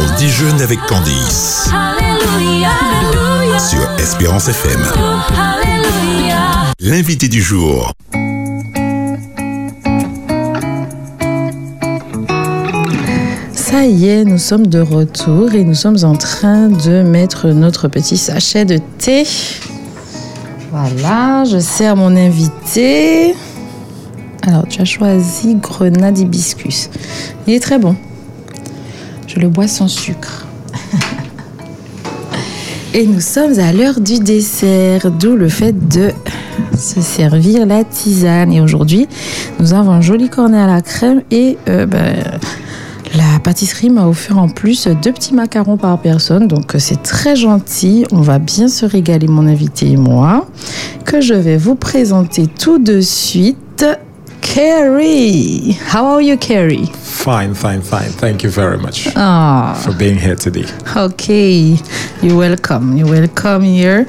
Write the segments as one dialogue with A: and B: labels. A: On déjeune avec Candice sur Espérance FM. L'invité du jour.
B: Ça y est, nous sommes de retour et nous sommes en train de mettre notre petit sachet de thé. Voilà, je sers mon invité. Alors, tu as choisi grenade hibiscus. Il est très bon. Je le bois sans sucre. Et nous sommes à l'heure du dessert, d'où le fait de se servir la tisane. Et aujourd'hui, nous avons un joli cornet à la crème et euh, ben, la pâtisserie m'a offert en plus deux petits macarons par personne. Donc euh, c'est très gentil. On va bien se régaler, mon invité et moi, que je vais vous présenter tout de suite. Carrie, how are you, Carrie?
C: Fine, fine, fine. Thank you very much
B: Ah.
C: for being here today.
B: Ok, you're welcome, you're welcome here.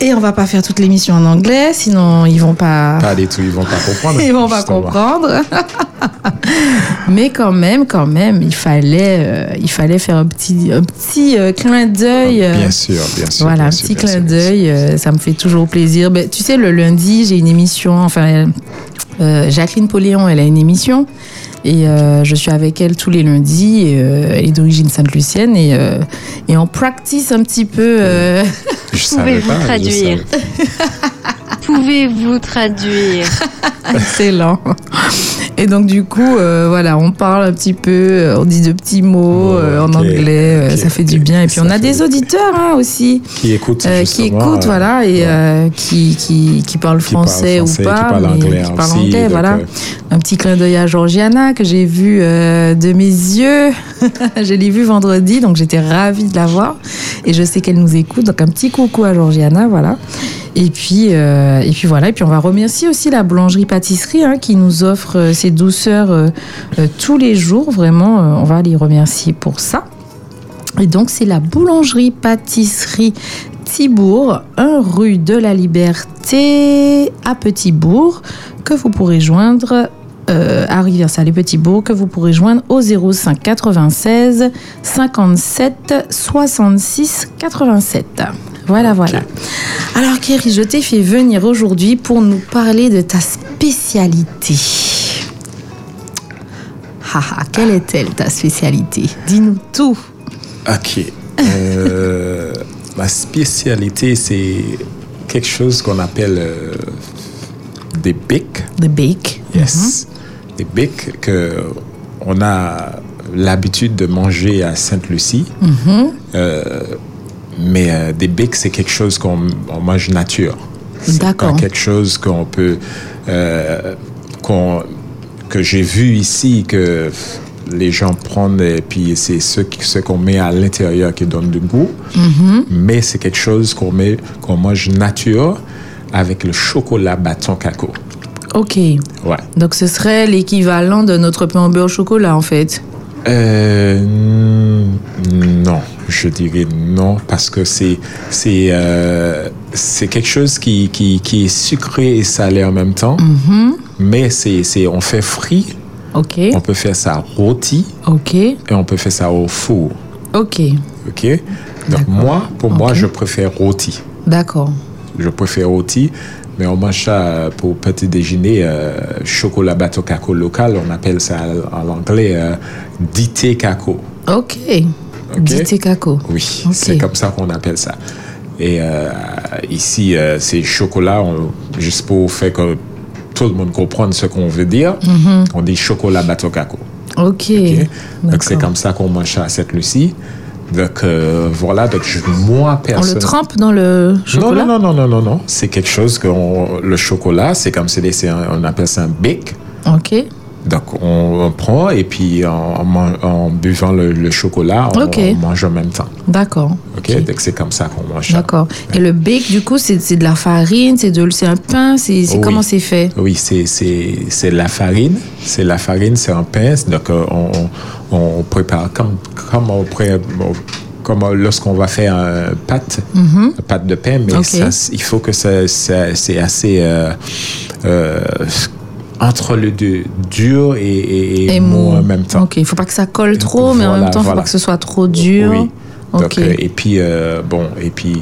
B: Et on va pas faire toute l'émission en anglais, sinon ils vont pas,
C: Pas du tout, ils vont pas comprendre.
B: ils vont pas
C: justement.
B: comprendre. Mais quand même, quand même, il fallait, euh, il fallait faire un petit, un petit euh, clin d'œil. euh,
C: Ah, Bien sûr, bien sûr.
B: voilà,
C: bien
B: un
C: sûr,
B: petit
C: bien sûr,
B: clin
C: bien sûr.
B: d'œil, euh, ça me fait toujours plaisir. Ben, tu sais, le lundi, j'ai une émission, enfin, euh, euh, Jacqueline Poléon, elle a une émission, et euh, je suis avec elle tous les lundis, et, euh, elle est d'origine sainte-lucienne, et, euh, et on practice un petit peu. euh,
C: Je savais
D: Pouvez-vous
C: pas, je
D: traduire
C: savais pas.
D: Pouvez-vous traduire
B: Excellent. Et donc du coup, euh, voilà, on parle un petit peu, euh, on dit de petits mots
C: Bon,
B: euh, en
C: ok,
B: anglais, euh,
C: ok,
B: ça fait
C: ok,
B: du bien. Et puis
C: ça
B: on a
C: fait
B: des
C: du bien.
B: auditeurs hein, aussi
C: Qui écoute
B: euh, qui
C: justement,
B: écoutent,
C: euh,
B: voilà, et
C: ouais,
B: euh, qui, qui, qui parlent
C: qui parle
B: français,
C: français,
B: ou pas,
C: qui parle
B: mais
C: anglais
B: qui parlent
C: aussi,
B: anglais,
C: donc,
B: voilà.
C: euh,
B: Un petit clin d'œil à Georgiana que j'ai vue euh, de mes yeux. je l'ai vue vendredi, donc j'étais ravie de la voir. Et je sais qu'elle nous écoute, donc un petit coucou à Georgiana, voilà. Et puis, euh, et puis voilà, et puis on va remercier aussi la boulangerie-pâtisserie hein, qui nous offre euh, ces douceurs euh, euh, tous les jours. Vraiment, euh, on va les remercier pour ça. Et donc, c'est la boulangerie-pâtisserie Thibourg, 1 rue de la Liberté à Petitbourg, que vous pourrez joindre euh, à Rivière-Salée-Petitbourg, que vous pourrez joindre au 05 96 57 66 87. Voilà, voilà. Alors, Kerry, je t'ai fait venir aujourd'hui pour nous parler de ta spécialité. Haha, quelle est-elle ta spécialité Dis-nous tout.
C: Ok. Euh, ma spécialité, c'est quelque chose qu'on appelle euh, des bics.
B: The bake.
C: Yes. Des bics Mm-hmm. que on a l'habitude de manger à Sainte-Lucie. Euh, mais euh, des bics, c'est quelque chose qu'on on mange nature. C'est
B: D'accord.
C: pas quelque chose qu'on peut. euh, qu'on- que j'ai vu ici, que les gens prennent, et puis c'est ce, qui- ce qu'on met à l'intérieur qui donne du goût. Mais c'est quelque chose qu'on met- qu'on mange nature avec le chocolat bâton cacao.
B: Ok.
C: Ouais.
B: Donc ce serait l'équivalent de notre pain au beurre au chocolat en fait.
C: Euh, non, je dirais non parce que c'est c'est euh, c'est quelque chose qui, qui qui est sucré et salé en même temps. Mais c'est c'est on fait frit,
B: Mm-hmm. Ok.
C: on peut faire ça rôti
B: Ok.
C: et on peut faire ça au four.
B: Ok.
C: Ok. Donc moi, pour moi, je préfère rôti.
B: D'accord.
C: Je préfère rôti, mais on mange ça euh, pour petit déjeuner euh, chocolat bateau cacao local. On appelle ça en anglais euh, dité cacao.
B: Ok.
C: Ok.
B: Dite caco.
C: Oui,
B: Ok.
C: c'est comme ça qu'on appelle ça. Et euh, ici, euh, c'est chocolat, on- juste pour faire que tout le monde comprenne ce qu'on veut dire,
B: Mhm.
C: on dit chocolat bateau caco.
B: Ok.
C: ok? Donc, c'est
B: D'accord.
C: comme ça qu'on mange ça à cette Lucie. Donc, euh, voilà, donc je- moi,
B: On le
C: personne...
B: trempe dans le
C: non,
B: chocolat
C: non, non, non, non, non, non. C'est quelque chose que on- le chocolat, c'est comme c'est des- c'est un- on appelle ça un bic.
B: Ok.
C: Donc, on, on prend et puis en, en man- en buvant le, le chocolat, on,
B: Ok.
C: on mange en même temps.
B: D'accord.
C: Ok, donc c'est comme ça qu'on mange. ça.
B: D'accord. Et le bake, du coup, c'est c'est de la farine, c'est de- c'est un pain, c'est c'est
C: Oui.
B: comment c'est fait
C: Oui, c'est- c'est c'est la farine. C'est la farine, c'est un pain. Donc, euh, on, on- on prépare comme, comme, on pré- bon, comme euh, lorsqu'on va faire un pâte, un pâte de pain, mais
B: Mhm. Ok.
C: ça, c- il faut que ça, ça- c'est assez. euh, euh, entre les deux, dur et, et, et
B: Et mou.
C: mou en même temps.
B: Ok, il faut pas que ça colle trop, mais en
C: Voilà,
B: même temps, il faut
C: voilà.
B: pas que ce soit trop dur.
C: Oui. Donc,
B: Ok.
C: euh, et puis, euh, bon, et puis,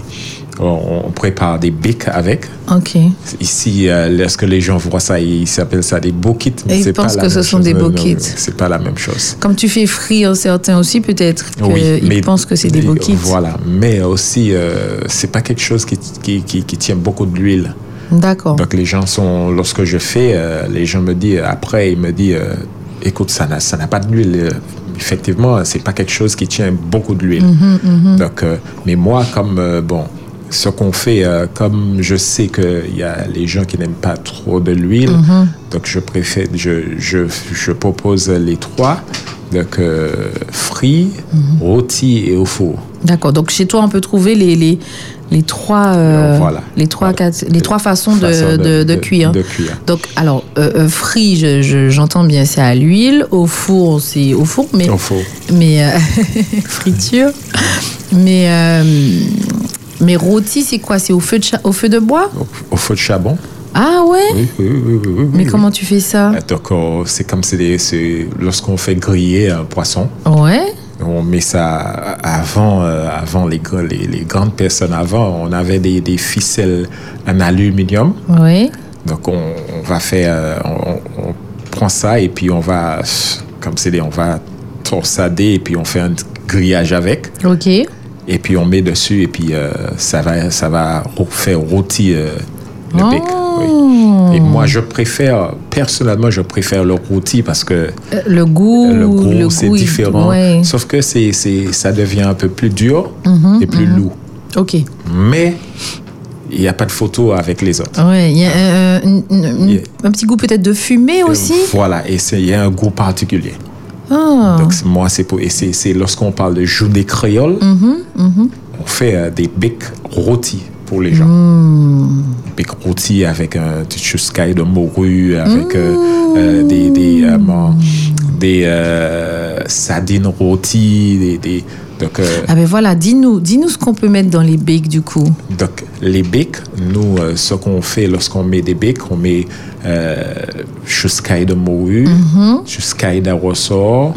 C: on, on prépare des bics avec.
B: Ok.
C: Ici, euh, lorsque les gens voient ça, ils s'appellent ça des beaux kits. mais
B: Et ils
C: c'est pas
B: pensent
C: la
B: que
C: même
B: ce sont
C: chose.
B: des
C: Non,
B: beaux
C: non,
B: kits.
C: C'est pas la même chose.
B: Comme tu fais frire certains aussi, peut-être qu'ils
C: mais-
B: pensent que c'est des beaux kits.
C: Voilà, mais aussi, euh, c'est pas quelque chose qui, qui, qui, qui tient beaucoup de l'huile.
B: D'accord.
C: Donc les gens sont, lorsque je fais, euh, les gens me disent, après, ils me disent, euh, écoute, ça n'a, ça n'a pas d'huile. Euh, Effectivement, c'est pas quelque chose qui tient beaucoup de l'huile.
B: Mhm,
C: Donc, euh, mais moi, comme, euh, bon, ce qu'on fait, euh, comme je sais qu'il y a les gens qui n'aiment pas trop de l'huile,
B: Mhm.
C: donc je préfère, je, je, je propose les trois, donc euh, frit,
B: Mhm.
C: rôti et au four.
B: D'accord. Donc chez toi, on peut trouver les, les, les trois, euh,
C: Voilà.
B: les trois, quatre- les trois façons de,
C: Façon
B: de, de cuire.
C: de cuire.
B: Donc, alors, euh, euh, frit, je- je- j'entends bien, c'est à l'huile. Au four, c'est au four, mais,
C: Au four.
B: mais euh, friture. Mais, euh, mais rôti, c'est quoi C'est au feu de cha- au feu de bois
C: Au, au feu de charbon.
B: Ah ouais
C: Oui, oui, oui, oui, oui,
B: Mais
C: oui.
B: comment tu fais ça
C: Euh, Donc, on- c'est comme c'est des- c'est lorsqu'on fait griller un poisson,
B: Ouais.
C: on met ça avant, euh, avant les, gr- les, les grandes personnes avant, on avait des, des ficelles en aluminium.
B: Oui.
C: Donc, on, on va faire, euh, on, on- on prend ça et puis on va, comme c'est des, on va torsader et puis on fait un grillage avec.
B: Ok.
C: Et puis on met dessus et puis euh, ça va, ça va rô- faire rôti euh, le bec. oui.
B: Oh.
C: Et moi, je préfère, personnellement, je préfère le rôti parce que
B: Euh, Le goût,
C: le gros, c'est
B: goût, il-
C: différent.
B: ouais. Mhm,
C: Sauf que c'est, c'est, ça devient un peu plus dur et plus lourd.
B: Ok.
C: Mais il n'y a pas de photo avec les autres.
B: Ouais, il y a euh, une- une-
C: Yeah.
B: un petit goût peut-être de fumée aussi.
C: Euh, Voilà, et c'est- il y a un goût particulier.
B: Ah.
C: Donc, c'est- moi, c'est pour. Et c'est, c'est lorsqu'on parle de journée créole,
B: Mhm. Mm.
C: on fait euh, des becs rôtis pour les gens.
B: Mm.
C: Becs rôtis avec un petit chuscaille de morue, avec euh, euh,
B: Mm.
C: des, des, euh, mon- des, euh, sardines rôties, des. des- donc, euh,
B: Ah ben voilà, dis-nous, dis-nous ce qu'on peut mettre dans les becs du coup.
C: donc, les becs, nous, euh, ce qu'on fait lorsqu'on met des becs, on met euh, chuscaille de morue, chuscaille d'arrosor,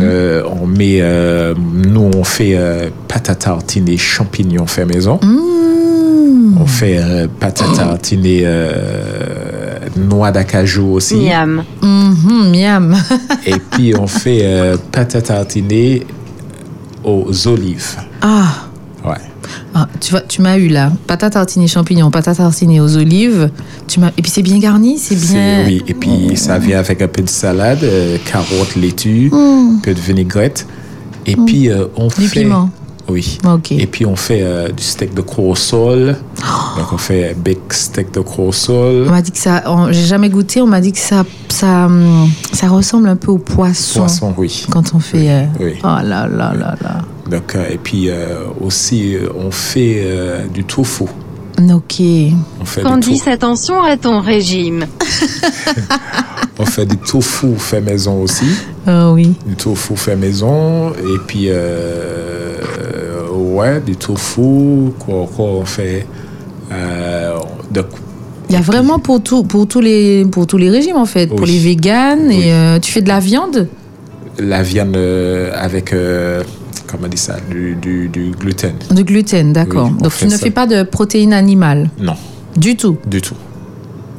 C: euh, on met, euh, nous, on fait euh, pâte à tartiner champignons fait maison,
B: Mmh.
C: on fait euh, pâte à tartiner euh, noix d'acajou aussi,
D: Miam.
B: Mhm, miam.
C: et puis on fait euh, pâte à tartiner aux olives.
B: Ah,
C: Ouais.
B: Ah, tu vois, tu m'as eu là. Patate tartinée champignons, patate tartinée aux olives. Tu m'as et puis c'est bien garni, c'est Eh bien.
C: C'est- Oui, et puis ça vient avec un peu de salade, euh, carottes, laitue, un peu de vinaigrette. Et puis euh, on
B: Hmm. Du
C: fait.
B: piment.
C: Oui.
B: Ok.
C: Et puis on fait euh, du steak de croissol. Donc on fait bec steak de croissol.
B: On m'a dit que ça, on- j'ai jamais goûté. On m'a dit que ça, ça, hum, ça ressemble un peu au poisson,
C: Poisson, oui.
B: quand on fait. euh,
C: Oui.
B: Oh là là là là.
C: Donc, euh, et puis euh, aussi, euh, on fait euh, du tofu.
B: Ok.
C: On fait, du
D: Candice,
C: tofu.
D: attention à ton régime.
C: on fait du tofu fait maison aussi.
B: Ah oui.
C: Du tofu fait maison. Et puis, euh, ouais, du tofu. Quoi, quoi on fait euh, donc,
B: Il y a vraiment pour tout, pour tous les, pour tous les régimes en fait, pour
C: Oui.
B: les véganes
C: Oui.
B: et euh, tu fais de la viande.
C: la viande euh, avec, euh, comment on dit ça, du, du, du gluten.
B: De gluten, d'accord.
C: Oui, on
B: Donc
C: fait
B: tu ne
C: ça.
B: fais pas de protéines animales
C: Non,
B: du tout.
C: du tout,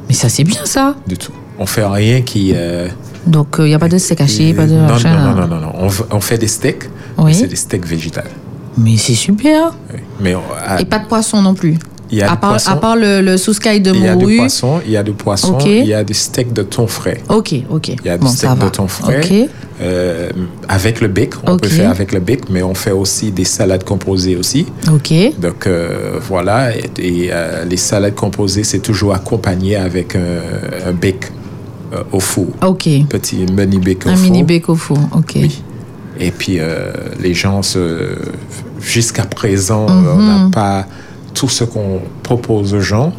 B: Mais ça c'est bien ça.
C: du tout. On fait rien qui... euh,
B: Donc euh, il n'y a pas de steak haché,
C: qui-
B: pas de
C: non,
B: machin.
C: non, non, non, non, non. On, v- on fait des steaks,
B: Oui.
C: mais c'est des steaks végétales.
B: Mais c'est super.
C: Oui. Mais on- à-
B: Et pas de poisson non plus.
C: il y a
B: à,
C: du
B: part,
C: poisson,
B: à part le, le souscaille de
C: il y a du
B: morue.
C: poisson, il y a du poisson,
B: Ok.
C: il y a des steaks de thon frais.
B: Ok, ok.
C: Il y a du
B: bon, ça
C: steak de
B: va.
C: thon frais
B: Ok.
C: euh, avec le bec. On peut
B: Ok.
C: faire avec le bec, mais on fait aussi des salades composées aussi.
B: Ok.
C: Donc euh, voilà, et, et, euh, les salades composées, c'est toujours accompagné avec un, un bec euh, au four.
B: Ok.
C: Petit mini bec au
B: Un
C: four.
B: mini bec au four. Ok.
C: Oui. Et puis euh, les gens, se... jusqu'à présent,
B: Mhm.
C: on n'a pas tout ce qu'on propose aux gens.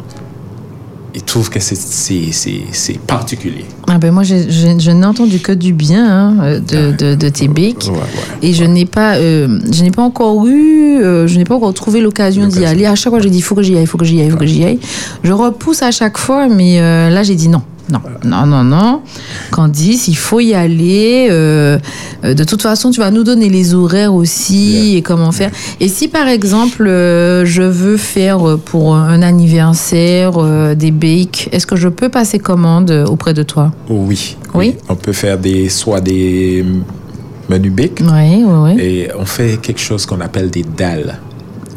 C: Ils trouvent que c'est- c'est c'est- c'est particulier.
B: Ah ben moi, j'ai- j'ai- je n'ai entendu que du bien hein, euh,
C: Ah.
B: de, de, de tes becs.
C: Ouais, ouais.
B: Et je n'ai pas, euh, je n'ai pas encore eu, euh, je n'ai pas encore trouvé l'occasion d'y
C: L'occasion.
B: aller. À chaque fois, j'ai dit, il faut que j'y aille, il faut que j'y aille, il faut que j'y aille. Je repousse à chaque fois, mais euh, là, j'ai dit non. Non, non, non, non. Candice, il faut y aller. euh, euh, de toute façon, tu vas nous donner les horaires aussi et comment faire. Et si par exemple, euh, je veux faire euh, pour un anniversaire euh, des bakes, est-ce que je peux passer commande euh, auprès de toi
C: Oui.
B: Oui.
C: On peut faire des, soit des menus bic
B: Oui, oui, oui.
C: et on fait quelque chose qu'on appelle des dalles.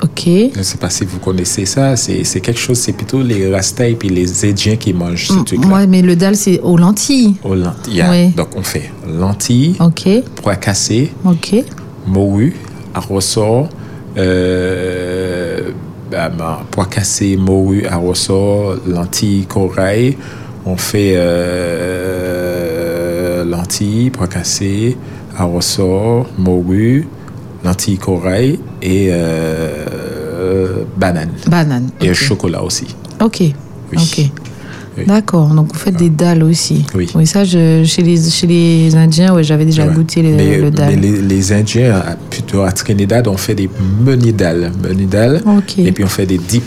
B: Ok.
C: Je ne sais pas si vous connaissez ça. C'est c'est quelque chose, c'est plutôt les Rasta et puis les Édiens qui mangent ce truc-là.
B: Mm, Moi, mais le dalle, c'est aux lentilles.
C: Aux lentilles. Yeah.
B: Oui.
C: Donc, on fait lentilles,
B: Ok,
C: pois cassés,
B: ok.
C: morue, à ressort, euh, ben, ben, pois cassés, morue, à ressort, lentilles, corail. On fait euh, lentilles, pois cassés, à ressort, morue, lentilles, corail et euh, banane.
B: Banane.
C: Et
B: ok.
C: chocolat aussi.
B: Ok. Ok.
C: Oui.
B: D'accord. Donc vous faites des dalles aussi.
C: Oui.
B: ça, je, chez, les, chez les Indiens, ouais, j'avais déjà
C: Ouais.
B: goûté le,
C: mais,
B: le dalle.
C: mais les, les Indiens, à- plutôt à Trinidad, on fait des menidales. Menidales.
B: Ok.
C: Et puis on fait des dips.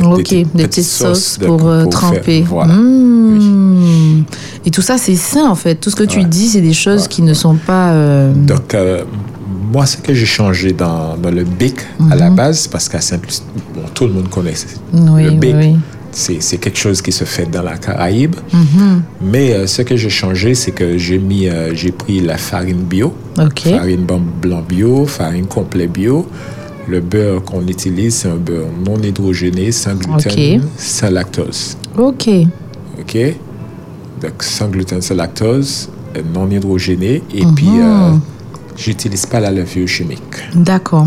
C: Donc,
B: Ok,
C: petites-
B: des petites sauces pour, euh,
C: faire-
B: tremper.
C: voilà.
B: Mmh. Et tout ça, c'est sain en fait. Tout ce que tu
C: Ouais.
B: dis, c'est des choses
C: Ouais.
B: qui ne sont pas. euh,
C: Donc, euh, moi, ce que j'ai changé dans, dans le bic à la base, parce qu'à saint bon, tout le monde connaît c'est-
B: Mhm. Oui,
C: le
B: oui,
C: bic.
B: oui.
C: C'est c'est quelque chose qui se fait dans la Caraïbe.
B: Mhm.
C: Mais euh, ce que j'ai changé, c'est que j'ai mis, euh, j'ai pris la farine bio.
B: Ok.
C: Farine blanc blanc bio, farine complet bio. Le beurre qu'on utilise, c'est un beurre non hydrogéné, sans gluten,
B: Ok.
C: sans lactose.
B: Ok.
C: OK? Donc, sans gluten, sans lactose, euh, non hydrogéné. Et puis, euh, j'utilise pas la levure chimique.
B: D'accord.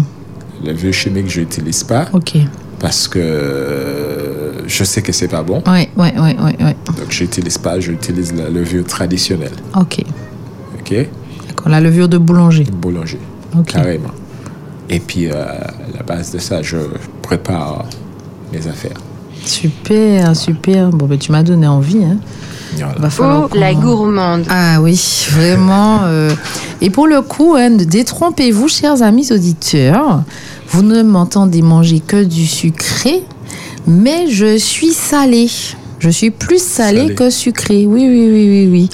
C: La levure chimique, je n'utilise pas
B: Ok.
C: parce que euh, je sais que c'est pas bon.
B: Ouais, ouais, ouais, ouais, ouais.
C: Donc, j'utilise pas, j'utilise la levure traditionnelle.
B: Ok.
C: OK?
B: D'accord. La levure de boulanger.
C: boulanger,
B: Ok.
C: carrément. Et puis, euh, à la base de ça, je prépare mes affaires.
B: Super, super. Bon, ben tu m'as donné envie. Hein.
C: Voilà.
B: Va
D: Oh,
B: falloir qu'on-
D: la gourmande.
B: Ah oui, vraiment. euh, Et pour le coup, hein, ne détrompez-vous, chers amis auditeurs. Vous ne m'entendez manger que du sucré, mais je suis salée. Je suis plus salée
C: Salée.
B: que sucrée. Oui, oui, oui, oui, oui.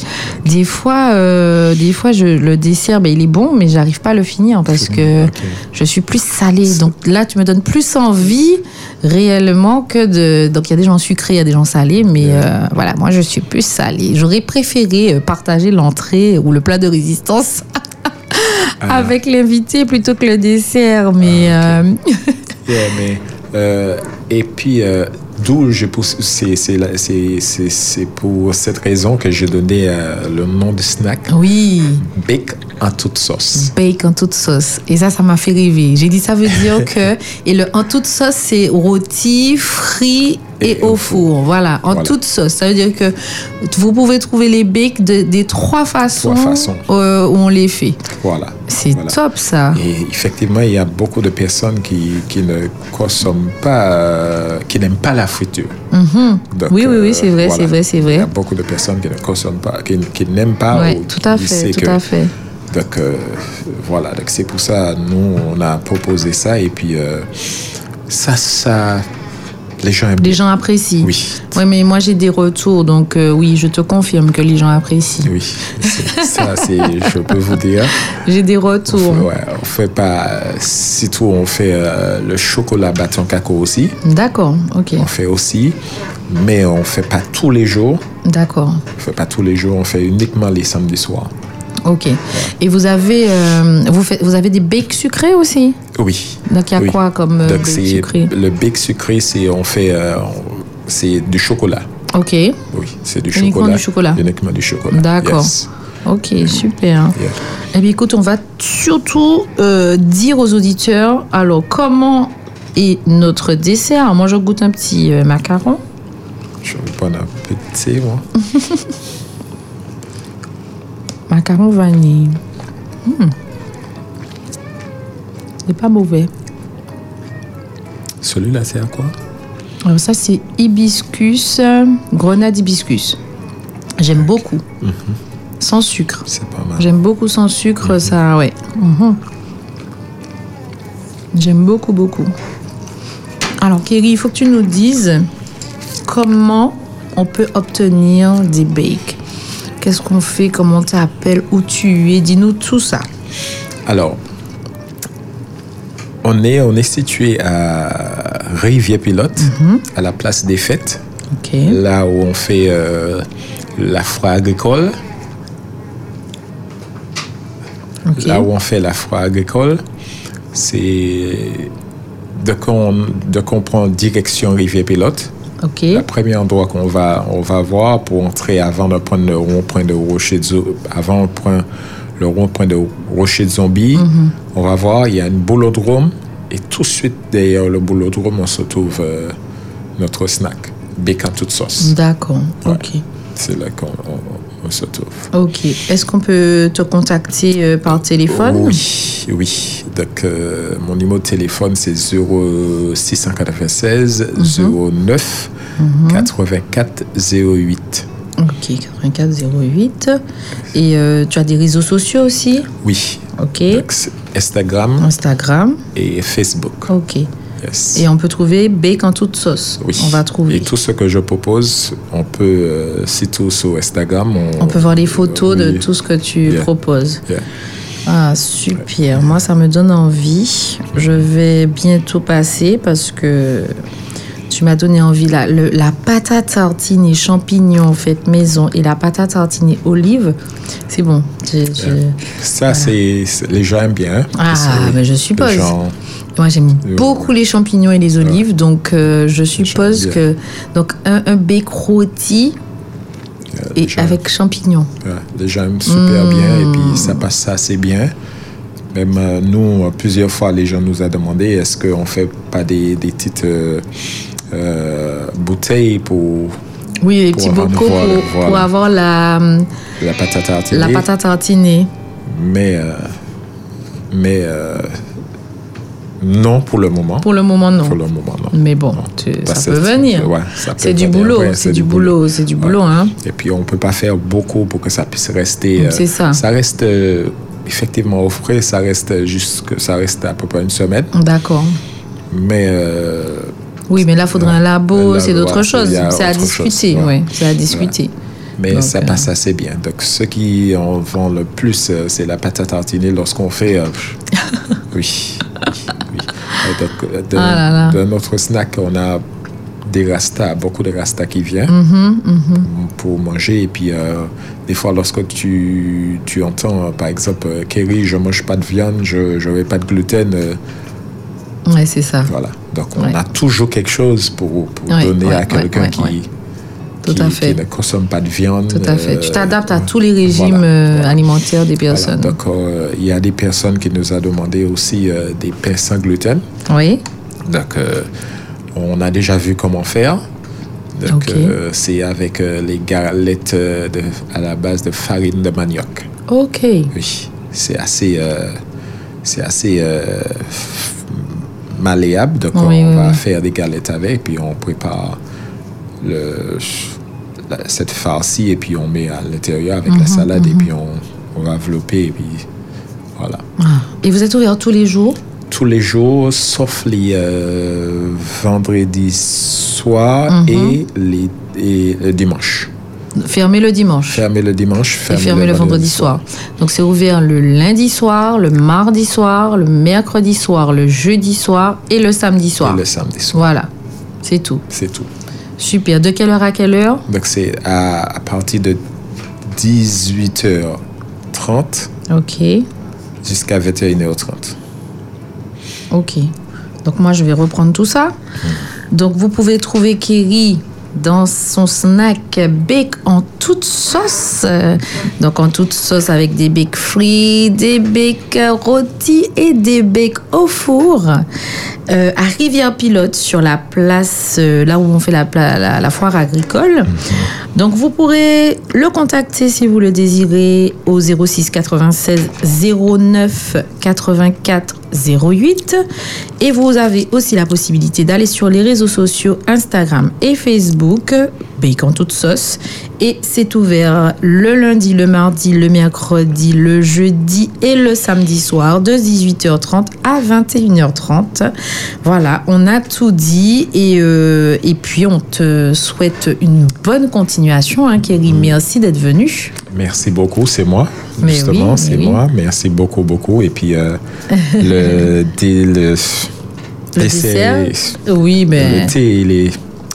B: Des fois, euh, des fois, je, le dessert, ben, il est bon, mais j'arrive pas à le finir parce que
C: Ok.
B: je suis plus salée. Donc là, tu me donnes plus envie réellement que de. Donc il y a des gens sucrés, il y a des gens salés, mais euh, voilà, moi je suis plus salée. J'aurais préféré euh, partager l'entrée ou le plat de résistance avec l'invité plutôt que le dessert, mais euh,
C: Yeah, mais, euh, et puis, euh, d'où je pousse, c'est, c'est, la- c'est, c'est, c'est pour cette raison que j'ai donné euh, le nom de snack,
B: euh, oui.
C: bec en toute sauce.
B: Bake en toute sauce. Et ça, ça m'a fait rêver. J'ai dit, ça veut dire que. Et le en toute sauce, c'est rôti, frit et,
C: Et
B: au
C: au
B: four. Voilà, en
C: Voilà.
B: toute sauce. Ça veut dire que vous pouvez trouver les bakes de- des trois façons,
C: façons.
B: euh, où on les fait.
C: Voilà.
B: C'est
C: Voilà.
B: top, ça.
C: Et effectivement, il y a beaucoup de personnes qui, qui ne consomment pas, euh, qui n'aiment pas la friture.
B: Mhm.
C: Donc,
B: Oui, oui, oui,
C: euh,
B: c'est vrai,
C: voilà.
B: c'est vrai, c'est
C: Il y
B: vrai.
C: a beaucoup de personnes qui ne consomment pas, qui, qui n'aiment pas.
B: Ouais,
C: ou
B: tout à
C: qui
B: fait,
C: ah, oh, sait
B: tout
C: que-
B: à fait.
C: Donc euh, voilà, donc c'est pour ça nous on a proposé ça et puis euh, ça, ça, les gens aiment.
B: Les
C: bien.
B: gens apprécient.
C: Oui,
B: Ouais, mais moi, j'ai des retours, donc euh, oui, je te confirme que les gens apprécient.
C: oui, c'est- ça c'est, je peux vous dire.
B: J'ai des
C: On fait,
B: retours.
C: ouais, on fait pas, surtout on fait euh, le chocolat bâton cacao aussi.
B: D'accord, ok.
C: On fait aussi, mais on fait pas tous les jours.
B: D'accord.
C: On fait pas tous les jours, on fait uniquement les samedis soirs.
B: Ok. Et vous avez, euh, vous, faites, vous avez des bakes sucrés aussi
C: Oui.
B: Donc il y a
C: Oui.
B: quoi comme euh,
C: Donc
B: bake
C: c'est
B: sucré
C: le bec sucré, c'est on fait, euh, on- c'est du chocolat.
B: Ok,
C: Oui, c'est du
B: Uniquement
C: chocolat.
B: du chocolat.
C: Uniquement du chocolat.
B: D'accord.
C: Yes.
B: ok, super.
C: Yeah.
B: Eh bien écoute, on va surtout euh, dire aux auditeurs, alors comment est notre dessert Moi je goûte un petit euh, macaron.
C: Je vais prendre un petit, moi.
B: Macaron vanille. Hmm. C'est pas mauvais.
C: Celui-là, c'est à quoi
B: Alors ça c'est hibiscus, euh, grenade hibiscus. J'aime beaucoup. Sans sucre.
C: C'est pas mal.
B: J'aime beaucoup sans sucre, ça, ouais. Mhm. J'aime beaucoup, beaucoup. Alors, Kerry, il faut que tu nous dises comment on peut obtenir des bakes Qu'est-ce qu'on fait Comment t'appelles Où tu es Dis-nous tout ça.
C: Alors, on est, on est situé à Rivière-Pilote,
B: Mhm.
C: à la place des fêtes,
B: Ok.
C: là où on fait euh, l'afro-agricole,
B: ok.
C: là où on fait l'afro-agricole. C'est de qu'on de qu'on prend direction Rivière-Pilote.
B: Ok.
C: Le premier endroit qu'on va, on va voir pour entrer avant de prendre le rond-point de Rocher de Zo- avant on prend le rond-point de Rocher de Zombie, on va voir, il y a une boulodrome et tout de suite derrière le boulodrome, on se trouve euh, notre snack, bec à toute
B: Mm.
C: sauce.
B: D'accord.
C: Ouais.
B: Ok.
C: C'est là qu'on on- on se trouve.
B: Ok. Est-ce qu'on peut te contacter euh, par téléphone
C: Oui, oui. Donc, euh, mon numéro de téléphone, c'est 0696 09 84 08.
B: Ok. 84 08. Et euh, tu as des réseaux sociaux aussi
C: Oui.
B: Ok.
C: Donc, c'est Instagram
B: Instagram.
C: et Facebook.
B: Ok.
C: Yes.
B: Et on peut trouver bake en toute sauce.
C: Oui.
B: On va trouver.
C: Et tout ce que je propose, on peut, euh, surtout sur Instagram, on,
B: On peut voir les photos de
C: Oui.
B: tout ce que tu
C: Yeah.
B: proposes.
C: Yeah.
B: Ah, super. Moi, ça me donne envie. Je vais bientôt passer parce que tu m'as donné envie. La, le- la pâte à tartine et champignons faite maison et la pâte à tartine et olive, c'est bon. J'ai- j'ai-
C: Ça, c'est c'est- les gens aiment bien. hein,
B: Ah,
C: parce que
B: ben, je
C: les
B: suppose.
C: gens-
B: Moi, j'aime
C: Ouais.
B: beaucoup les champignons et les olives, donc euh, je suppose
C: bien.
B: que. Donc, un, un bec rôti et
C: j'aime.
B: avec champignons.
C: Ouais, les gens aiment super
B: Hmm.
C: bien et puis ça passe assez bien. Même euh, nous, euh, plusieurs fois, les gens nous ont demandé est-ce qu'on ne fait pas des, des petites euh, euh, bouteilles pour
B: Oui, les
C: Pour
B: petits
C: avoir-
B: bocaux pour,
C: voilà,
B: pour
C: voilà.
B: avoir la,
C: la pâte à tartiner
B: la pâte à tartiner.
C: Mais, euh, mais euh, non pour le moment.
B: Pour le moment, non.
C: Pour le moment, non.
B: Mais bon, tu-
C: Bah,
B: ça
C: c'est-
B: peut venir.
C: ouais, ça peut
B: c'est du
C: venir.
B: boulot,
C: Ouais,
B: c'est du boulot, c'est du
C: Ouais.
B: boulot, hein.
C: Et puis, on ne peut pas faire beaucoup pour que ça puisse rester.
B: C'est ça.
C: Ça reste euh, effectivement au frais, ça reste, jusque, ça reste à peu près une semaine.
B: D'accord.
C: Mais euh,
B: Oui, mais là, faudrait un labo,
C: Là,
B: c'est d'autres
C: voilà,
B: choses.
C: il y a
B: C'est à
C: autre chose,
B: discuter,
C: ouais.
B: ouais. C'est à discuter.
C: Mais
B: Donc,
C: ça
B: euh,
C: passe assez bien. Donc, ceux qui en vendent le plus, euh, c'est la pâte à tartiner lorsqu'on fait. euh, pff, oui. oui. Et donc, euh, de,
B: Ah là là.
C: de notre snack, on a des rastas, beaucoup de rastas qui viennent
B: Mhm, mhm.
C: pour manger. Et puis, euh, des fois, lorsque tu, tu entends, euh, par exemple, euh, Kerry, je mange pas de viande, je n'aurai pas de gluten. euh,
B: Ouais, c'est ça.
C: voilà. Donc, on
B: Ouais.
C: a toujours quelque chose pour, pour
B: Ouais,
C: donner
B: ouais,
C: à
B: ouais,
C: quelqu'un
B: ouais,
C: qui.
B: ouais. Tout
C: qui-
B: à fait.
C: qui ne consomme pas de viande.
B: Tout à fait.
C: euh,
B: Tu t'adaptes à
C: ouais.
B: tous les régimes
C: Voilà,
B: euh,
C: voilà.
B: alimentaires des
C: Voilà,
B: personnes.
C: donc, euh, il y a des personnes qui nous ont demandé aussi euh, des pains sans gluten.
B: oui.
C: Donc, euh, on a déjà vu comment faire. Donc,
B: Ok.
C: euh, c'est avec euh, les galettes euh, de- à la base de farine de manioc.
B: Ok.
C: Oui, c'est assez, euh, c'est assez euh, f- malléable. Donc,
B: Oui,
C: on
B: oui,
C: va
B: oui.
C: faire des galettes avec, puis on prépare le, la- cette farcie, et puis on met à l'intérieur avec
B: Mhm,
C: la salade, et puis on, on va envelopper, et puis voilà.
B: Ah. Et vous êtes ouvert tous les jours
C: Tous les jours, sauf les euh, vendredis soir
B: Mhm.
C: et, les, et le dimanche.
B: Fermé le dimanche.
C: Fermez le dimanche,
B: et
C: fermez,
B: fermé le vendredi soir. Donc c'est ouvert le lundi soir, le mardi soir, le mercredi soir, le jeudi soir et le samedi soir.
C: et le samedi soir.
B: Voilà, c'est tout.
C: C'est tout.
B: Super. De quelle heure à quelle heure
C: Donc c'est à, à partir de 18h30
B: Ok,
C: jusqu'à 21h30.
B: ok. Donc moi je vais reprendre tout ça. Donc vous pouvez trouver Kerry dans son snack bec en toute sauce. Euh, Donc en toute sauce avec des becs frits, des becs rôtis et des becs au four. Euh, à Rivière-Pilote, sur la place, euh, là où on fait la, pla- la- la foire agricole. Donc vous pourrez le contacter si vous le désirez au 06 96 09 84 08. Et vous avez aussi la possibilité d'aller sur les réseaux sociaux Instagram et Facebook bacon toute sauce. Et c'est ouvert le lundi, le mardi, le mercredi, le jeudi et le samedi soir de 18h30 à 21h30. Voilà, on a tout dit et, euh, et puis on te souhaite une bonne continuation. Hein, Kerry, merci d'être venu.
C: Merci beaucoup, c'est moi.
B: Mais oui,
C: Justement,
B: mais
C: c'est
B: oui.
C: moi. Merci beaucoup, beaucoup. Et puis, euh, le, dé- le,
B: Le
C: dessert,
B: Oui, mais
C: le thé, il est.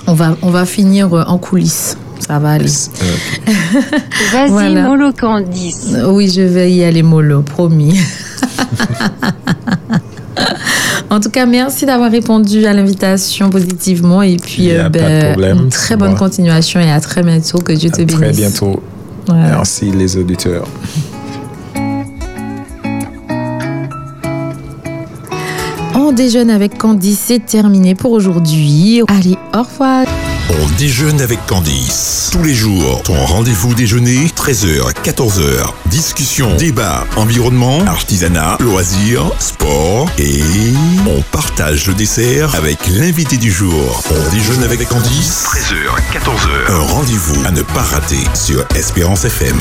B: on va, on va finir euh, en coulisses. Ça va aller.
C: euh,
D: Vas-y,
B: Voilà.
D: Molo Candice.
B: Oui, je vais y aller mollo, promis. en tout cas, merci d'avoir répondu à l'invitation positivement et puis
C: Il y a
B: euh,
C: pas de problème,
B: une très
C: c'est
B: bonne
C: moi.
B: continuation et à très bientôt. Que Dieu te
C: à
B: bénisse.
C: très bientôt.
B: Voilà.
C: Merci, les auditeurs.
B: On déjeune avec Candice, c'est terminé pour aujourd'hui. Allez, au revoir.
A: On déjeune avec Candice. Tous les jours, ton rendez-vous déjeuner, 13h, 14h. Discussion, débat, environnement, artisanat, loisirs, sport et on partage le dessert avec l'invité du jour. On déjeune avec Candice, 13h, 14h. Un rendez-vous à ne pas rater sur Espérance FM.